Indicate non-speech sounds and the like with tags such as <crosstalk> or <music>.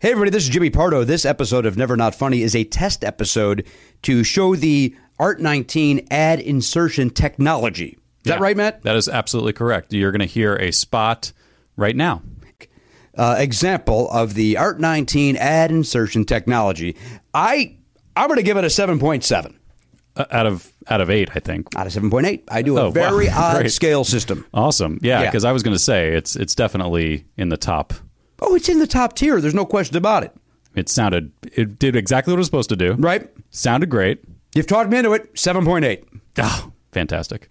Hey, everybody, this is Jimmy Pardo. This episode of Never Not Funny is a test episode to show the Art 19 ad insertion technology. Is that Yeah. right, Matt? That is absolutely correct. You're going to hear a spot right now. Uh, example of the Art 19 ad insertion technology. I I'm going to give it a 7.7 Uh, out of out of eight, I think. out of 7.8. I do a Oh, wow. very <laughs> odd Great. scale system. Awesome. Yeah, Yeah. because I was going to say it's it's definitely in the top. Oh, it's in the top tier. There's no question about it. It sounded it did exactly what it was supposed to do. Right? Sounded great. You've talked me into it. 7.8. Oh, fantastic.